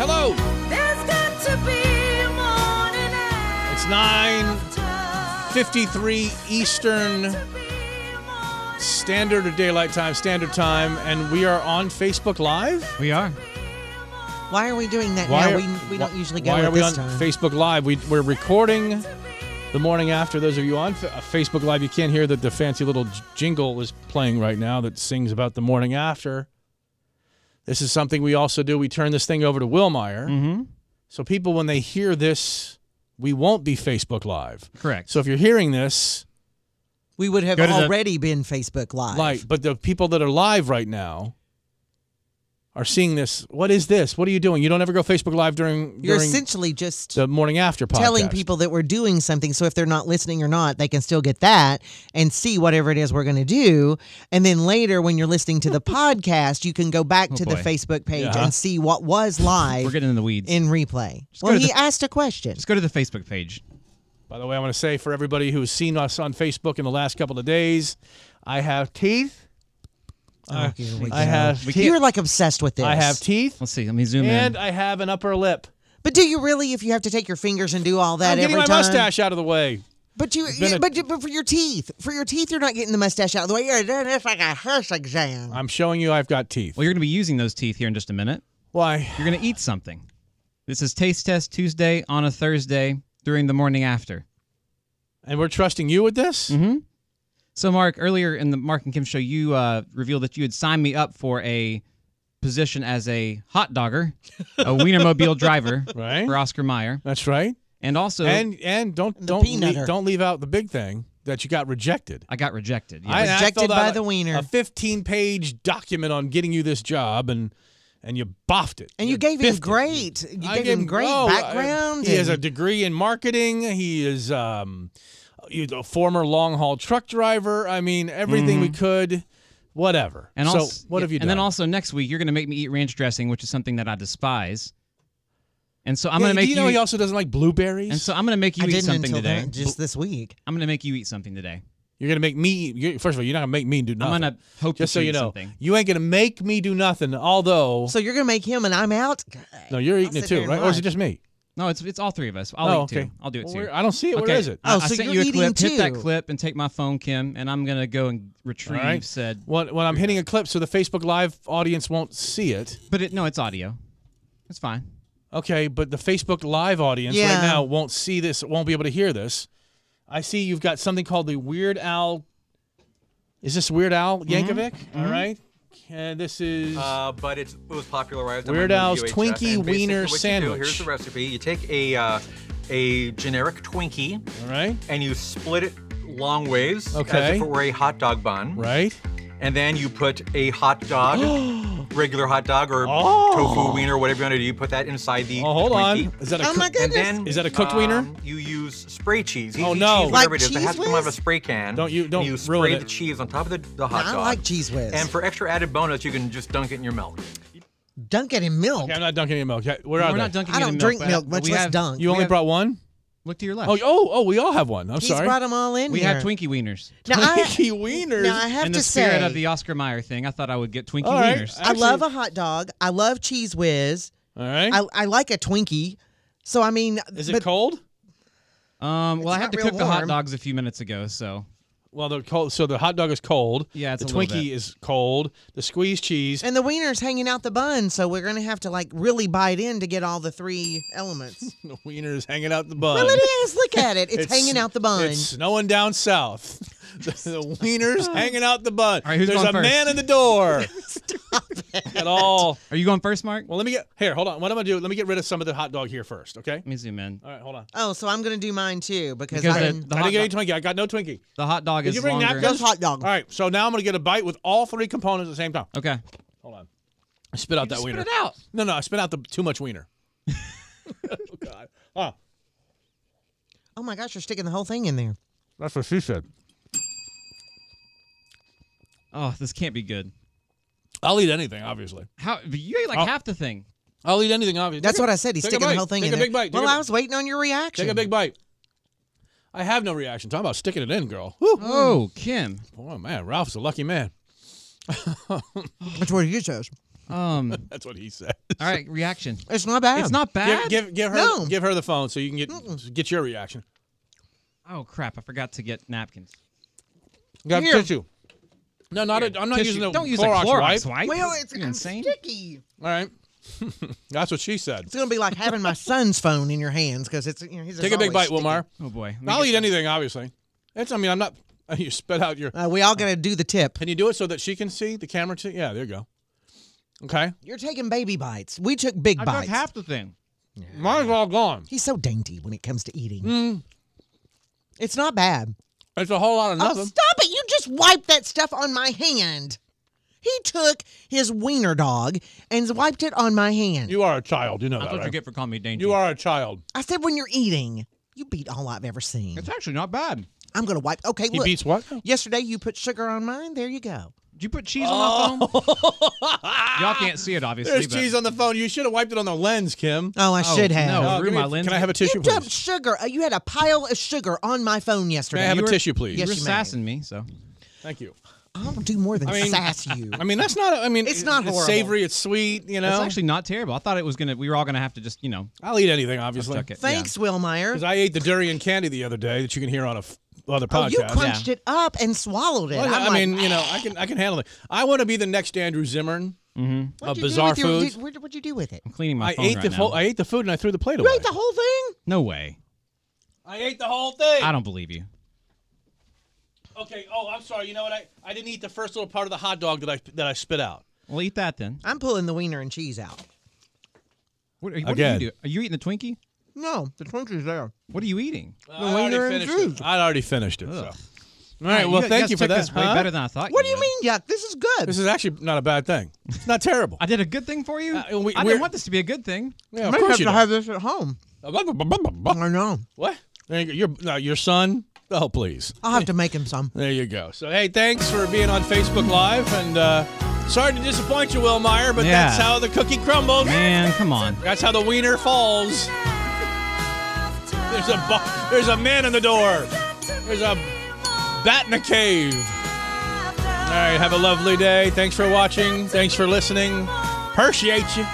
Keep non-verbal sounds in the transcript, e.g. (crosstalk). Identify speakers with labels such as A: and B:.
A: Hello.
B: There's got to be a morning after.
A: It's 9:53 Eastern Standard or Daylight Time, Standard Time, and we are on Facebook Live.
C: We are.
D: Why are we doing that
A: Why
D: now?
A: are-
D: we we don't usually go
A: Why
D: with
A: are we
D: this
A: on
D: time.
A: Facebook Live? We, we're recording the morning after. Those of you on Fa- uh, Facebook Live, you can't hear that the fancy little j- jingle is playing right now that sings about the morning after. This is something we also do. We turn this thing over to Willmeyer.
C: Mm-hmm.
A: So people, when they hear this, we won't be Facebook Live.
C: Correct.
A: So if you're hearing this,
D: we would have
C: Go to the-
D: already been Facebook Live.
A: Right, but the people that are live right now are seeing this. What is this? What are you doing? You don't ever go Facebook Live during
D: You're
A: during
D: essentially just
A: the morning after podcast.
D: telling people that we're doing something. So if they're not listening or not, they can still get that and see whatever it is we're going to do. And then later, when you're listening
A: (laughs)
D: to the podcast, you can go back to the
C: boy.
D: Facebook page
A: Oh, Yeah.
D: and see what was
C: We're
D: live
C: getting in the weeds.
D: in replay.
C: Just go
D: Well,
C: to
D: he
C: the-
D: asked a question.
C: Just go to the Facebook page.
A: By the way, I want to say for everybody who's seen us on Facebook in the last couple of days, I have teeth. I,
D: here we
A: I
D: go.
A: have
C: We
A: teeth.
D: You're like obsessed with this.
A: I have teeth,
C: Uh, Let's see. Let me zoom
A: and
C: in.
A: I have an upper lip.
D: But do you really? If you have to take your fingers and do all that
A: I'm
D: every
A: getting my
D: time,
A: mustache out of the way.
D: But you,
A: been
D: you-
A: a-
D: but, you- but for your teeth, for your teeth, you're not getting the mustache out of the way. You're doing this like a horse exam.
A: I'm showing you I've got teeth.
C: Well, you're going to be using those teeth here in just a minute.
A: Why?
C: You're going to eat something. This is Taste Test Tuesday on a Thursday during the morning after.
A: And we're trusting you with this?
C: Mm-hmm. So, Mark, earlier in the Mark and Kim show, you uh, revealed that you had signed me up for a position as a hot dogger, a Wienermobile driver
A: Right.
C: for Oscar Mayer,
A: That's right.
C: and also
A: and and don't
D: The
A: don't le-
D: peanutter.
A: don't leave out the big thing that you got rejected.
C: I got rejected.
A: I- I
C: Yeah.
D: Rejected
A: filled out
D: by
A: like
D: the wiener.
A: A 15 page document on getting you this job and and you boffed it.
D: and you gave him
A: biffed it.
D: great. You
A: I
D: gave him great
A: oh, I-
D: background.
A: he has a
D: and-
A: degree in marketing. He is um he's a former long haul truck driver. I mean, everything
D: Mm-hmm.
A: we could whatever.
C: and
A: so
C: also,
A: what
C: yeah,
A: have you
C: And
A: done?
C: then also next week, you're going to make me eat ranch dressing, which is something that I despise. And so I'm
A: Yeah,
C: going to make
A: do you know he also doesn't like blueberries?
C: and so I'm going to make you
D: I
C: eat
D: didn't
C: something
D: until
C: today.
D: then, just this week.
C: I'm going to make you eat something today.
A: you're going to make me you first of all, you're not going to make me do nothing.
C: I'm going to hope
A: just so
C: that you
A: you
C: eat
A: know,
C: something.
A: you ain't gonna make me do nothing. Although,
D: So you're gonna make him and I'm out.
A: no, you're
D: I'll
A: eating it
D: sit there
A: too,
D: and
A: right? Or is it
D: watch.
A: just me?
C: No, it's it's all three of us. I'll
A: Oh,
C: eat two.
A: okay.
C: I'll do it
A: Well,
C: too.
A: where- I don't see it.
C: Okay.
A: Where is it?
C: I-
D: Oh,
C: I
D: so
C: sent
D: you're
C: you a clip.
D: eating
C: Hit that
D: too.
C: clip and take my phone, Kim, and I'm gonna go and retrieve
A: All right.
C: said.
A: When, when I'm hitting a clip, so the Facebook Live audience won't see it.
C: But it, no, it's audio. It's fine.
A: Okay, but the Facebook Live audience right
D: Yeah.
A: now won't see this. Won't be able to hear this. I see you've got something called the Weird Al. Is this Weird Al
C: Mm-hmm.
A: Yankovic? All right. And this is.
E: Uh, but it's, it was popularized. on
A: Weird
E: my
A: Al's
E: UHF,
A: Twinkie
E: and basically
A: Wiener
E: what you do-
A: Sandwich.
E: here's the recipe. You take a uh, a generic Twinkie
A: all right.
E: and you split it long ways, as
A: Okay.
E: if it were a hot dog bun.
A: Right. (gasps)
E: And then you put a hot dog, regular hot dog or
A: Oh.
E: tofu wiener, whatever you want to do. You put that inside the.
A: Oh, hold on.
E: Twinkie.
A: Is that a?
D: Oh my
A: cook-
D: God.
E: And then
A: Is that a cooked wiener?
E: um, You use spray cheese.
A: Oh,
E: Easy
A: no.
E: Cheese, whatever
D: Like
E: it is, it
D: cheese
E: has to come out of a
D: whiz?
E: spray can.
A: Don't you- don't
E: And you
A: ruin
E: spray
A: it.
E: the cheese on top of the, the hot
D: I
E: dog.
D: like cheese whiz.
E: And for extra added bonus, you can just dunk it in your milk.
D: Dunk it in milk.
A: Okay, I'm not dunking any milk. Okay, Where
C: We're
A: are they?
C: not dunking.
D: I
C: it in
D: don't
C: milk,
D: drink
C: but-
D: milk,
C: but
D: much
C: we
D: less
C: have-
D: dunk.
A: You
C: we
A: only
C: have-
A: brought one.
C: Look to your left.
A: Oh, oh, oh! We all have one. I'm
D: He's
A: sorry.
D: brought them all in
C: we
D: here.
C: have Twinkie wieners.
A: (laughs)
D: Now, I,
A: Twinkie wieners.
D: now I have
C: in
D: to
C: the spirit
D: say,
C: of the Oscar Mayer thing, I thought I would get Twinkie
A: All right.
C: wieners.
D: I love a
A: Actually-
D: hot dog. I love cheese whiz.
A: all right.
D: I, I like a Twinkie. So I mean,
A: is it
D: but
A: cold?
C: Um, well, I
D: It's
C: had
D: not
C: to
D: real
C: cook the hot
D: warm.
C: dogs a few minutes ago, so
A: Well, the cold. So the hot dog is cold.
C: Yeah, it's
A: the
C: a little
A: Twinkie
C: bit.
A: is cold. The squeeze cheese.
D: and the wiener's hanging out the bun, so we're gonna have to like really bite in to get all the three
A: (laughs)
D: elements.
A: (laughs) the wiener is hanging out the bun.
D: well, it is. Look at it. It's, hanging out the bun.
A: It's snowing down south. (laughs) The, the wiener's
C: (laughs)
A: hanging out the bun.
C: All right, who's
A: There's
C: going
A: a
C: first?
A: man in the
C: (laughs)
A: door.
D: Stop it.
A: at all.
C: are you going first, Mark?
A: Well, let me get here. Hold on. What I'm gonna do? Let me get rid of some of the hot dog here first. Okay.
C: Let me zoom in
A: All right. Hold on.
D: Oh, so I'm gonna do mine too because,
C: because
D: I
C: the,
D: didn't.
C: the
A: I
C: hot
A: didn't get any
C: dog-
A: Twinkie. I got no Twinkie.
C: the hot dog
A: Did
C: is
A: you bring
C: longer.
A: napkins?
D: Just hot dog.
A: All right. So now I'm gonna get a bite with all three components at the same time.
C: Okay,
A: Hold on. I spit out that
C: Just
A: wiener.
C: spit it out.
A: No, no, I spit out the too much wiener. (laughs) oh God. Oh,
D: Oh my gosh, you're sticking the whole thing in there.
A: that's what she said.
C: Oh, this can't be good.
A: I'll eat anything, obviously.
C: How but you ate like
A: Oh.
C: half the thing?
A: I'll eat anything, obviously.
D: That's
A: Take a-
D: what I said. He's
A: take a
D: sticking the
A: bite.
D: whole thing
A: Take
D: in
A: a
D: there.
A: big bite. Take
D: Well,
A: a-
D: I was waiting on your reaction.
A: Take a big bite. I have no reaction. Talk about sticking it in, girl. Whew.
C: Oh, Kim.
A: Oh man, Ralph's a lucky man.
D: That's what he says.
C: Um,
A: (laughs) (laughs) That's what he said.
C: all right, reaction.
D: It's not bad.
C: It's not bad.
A: Give, give, give her
D: No.
A: give her the phone so you can get get your reaction.
C: oh crap! I forgot to get napkins.
A: You got
D: Here.
A: tissue. No, not a, I'm not
C: Tissue.
A: using a
C: Don't use
A: Clorox,
C: a Clorox
A: wipe.
C: wipe.
D: Well, it's
C: You're insane.
D: sticky.
A: All right. (laughs) That's what she said.
D: It's gonna be like having my son's phone in your hands because it's you know he's
A: Take a big bite,
D: sticky.
A: Wilmar.
C: Oh boy. Let me
A: I'll
C: get-
A: eat anything, obviously. That's. I mean, I'm not. (laughs) You spit out your.
D: Uh, we all gotta do the tip.
A: Can you do it so that she can see the camera? Too? Yeah, there you go. Okay.
D: You're taking baby bites. We took big
C: I took
D: bites.
C: half the thing.
A: Mine's all gone.
D: He's so dainty when it comes to eating. Mm. It's not bad.
A: It's a whole lot of
D: Oh,
A: nothing.
D: stop it! You just wiped that stuff on my hand. He took his wiener dog and wiped it on my hand.
A: you are a child. You know
C: That's
A: that,
C: what you
A: right?
C: get for calling me dainty.
A: You are a child.
D: I said when you're eating, you beat all I've ever seen.
C: It's actually not bad.
D: I'm gonna wipe. Okay,
A: He
D: look.
A: beats what?
D: Yesterday you put sugar on mine. There you go.
C: Did you put cheese on that phone?
A: (laughs)
C: Y'all can't see it, obviously.
A: Oh. There's
C: but-
A: cheese on the phone. You should have wiped it on the lens, Kim. Uh,
D: Oh, I
C: Oh,
D: should have.
C: no.
A: give
C: through
A: me-
C: my lens.
A: Can I have a tissue,
D: You dumped
A: please?
D: sugar. Uh, you had a pile of sugar on my phone
A: May I
D: yesterday.
A: have
C: You
A: a
C: were-
A: tissue, please?
C: You were
D: Yes, you may.
C: sassing me, so
A: Thank you.
D: I'll do more than
A: I mean-
D: sass you.
A: I mean, that's not. I mean,
D: It's not horrible.
A: savory. It's sweet. You know.
C: it's actually not terrible. I thought it was gonna. We were all gonna have to just, you know,
A: I'll eat anything, obviously.
C: chuck it.
D: Thanks, Will Meyer.
A: Because I ate the durian candy the other day that you can hear on a f- other podcast.
D: Oh, you crunched it up and swallowed it.
A: Well,
D: I'm
A: I
D: like,
A: mean, you know, I can I can handle it. I want to be the next Andrew Zimmern
D: what'd
A: of
D: you do
A: bizarre
D: with your-
A: foods.
D: did- what- What'd you do with it?
C: I'm cleaning my
A: I
C: phone
A: ate
C: right
A: the
C: now.
A: whole, I ate the food and I threw the plate
D: You
A: away.
D: ate the whole thing?
C: no way.
A: I ate the whole thing.
C: I don't believe you.
A: Okay. Oh, I'm sorry. You know what? I, I didn't eat the first little part of the hot dog that I that I spit out.
C: Well, eat that then.
D: I'm pulling the wiener and cheese out.
C: What, are- what
A: Again.
C: do you do? Are you eating the Twinkie?
D: No, the Twinkie's there.
C: What are you eating?
A: I already
D: wiener and
A: finished
D: juice.
A: it. I already finished it. So. All
C: Ugh.
A: right.
C: Hey,
A: Well,
C: you
A: thank
C: guys
A: you for
C: took
A: that.
C: This way
A: huh?
C: better than I thought.
D: What do
C: you
D: you
C: would.
D: mean, yuck? This is good.
A: This is actually not a bad thing. It's not terrible.
C: I did a good thing for you.
A: Uh, we-
C: I
A: we're-
C: didn't want this to be a good thing.
A: yeah,
D: I
A: of
D: may
A: course
D: have
A: you
D: to
A: do.
D: have this at home. I know.
A: What? There you go. Your no, your son. Oh, please.
D: I'll have to make him some.
A: There you go. So hey, thanks for being on Facebook Live, and uh, sorry to disappoint you, Will Meyer, but
C: Yeah.
A: that's how the cookie crumbles.
C: Man, come on.
A: That's how the wiener falls. There's a bu- there's a man in the door. There's a bat in a cave. All right, have a lovely day. Thanks for watching. Thanks for listening. Appreciate you.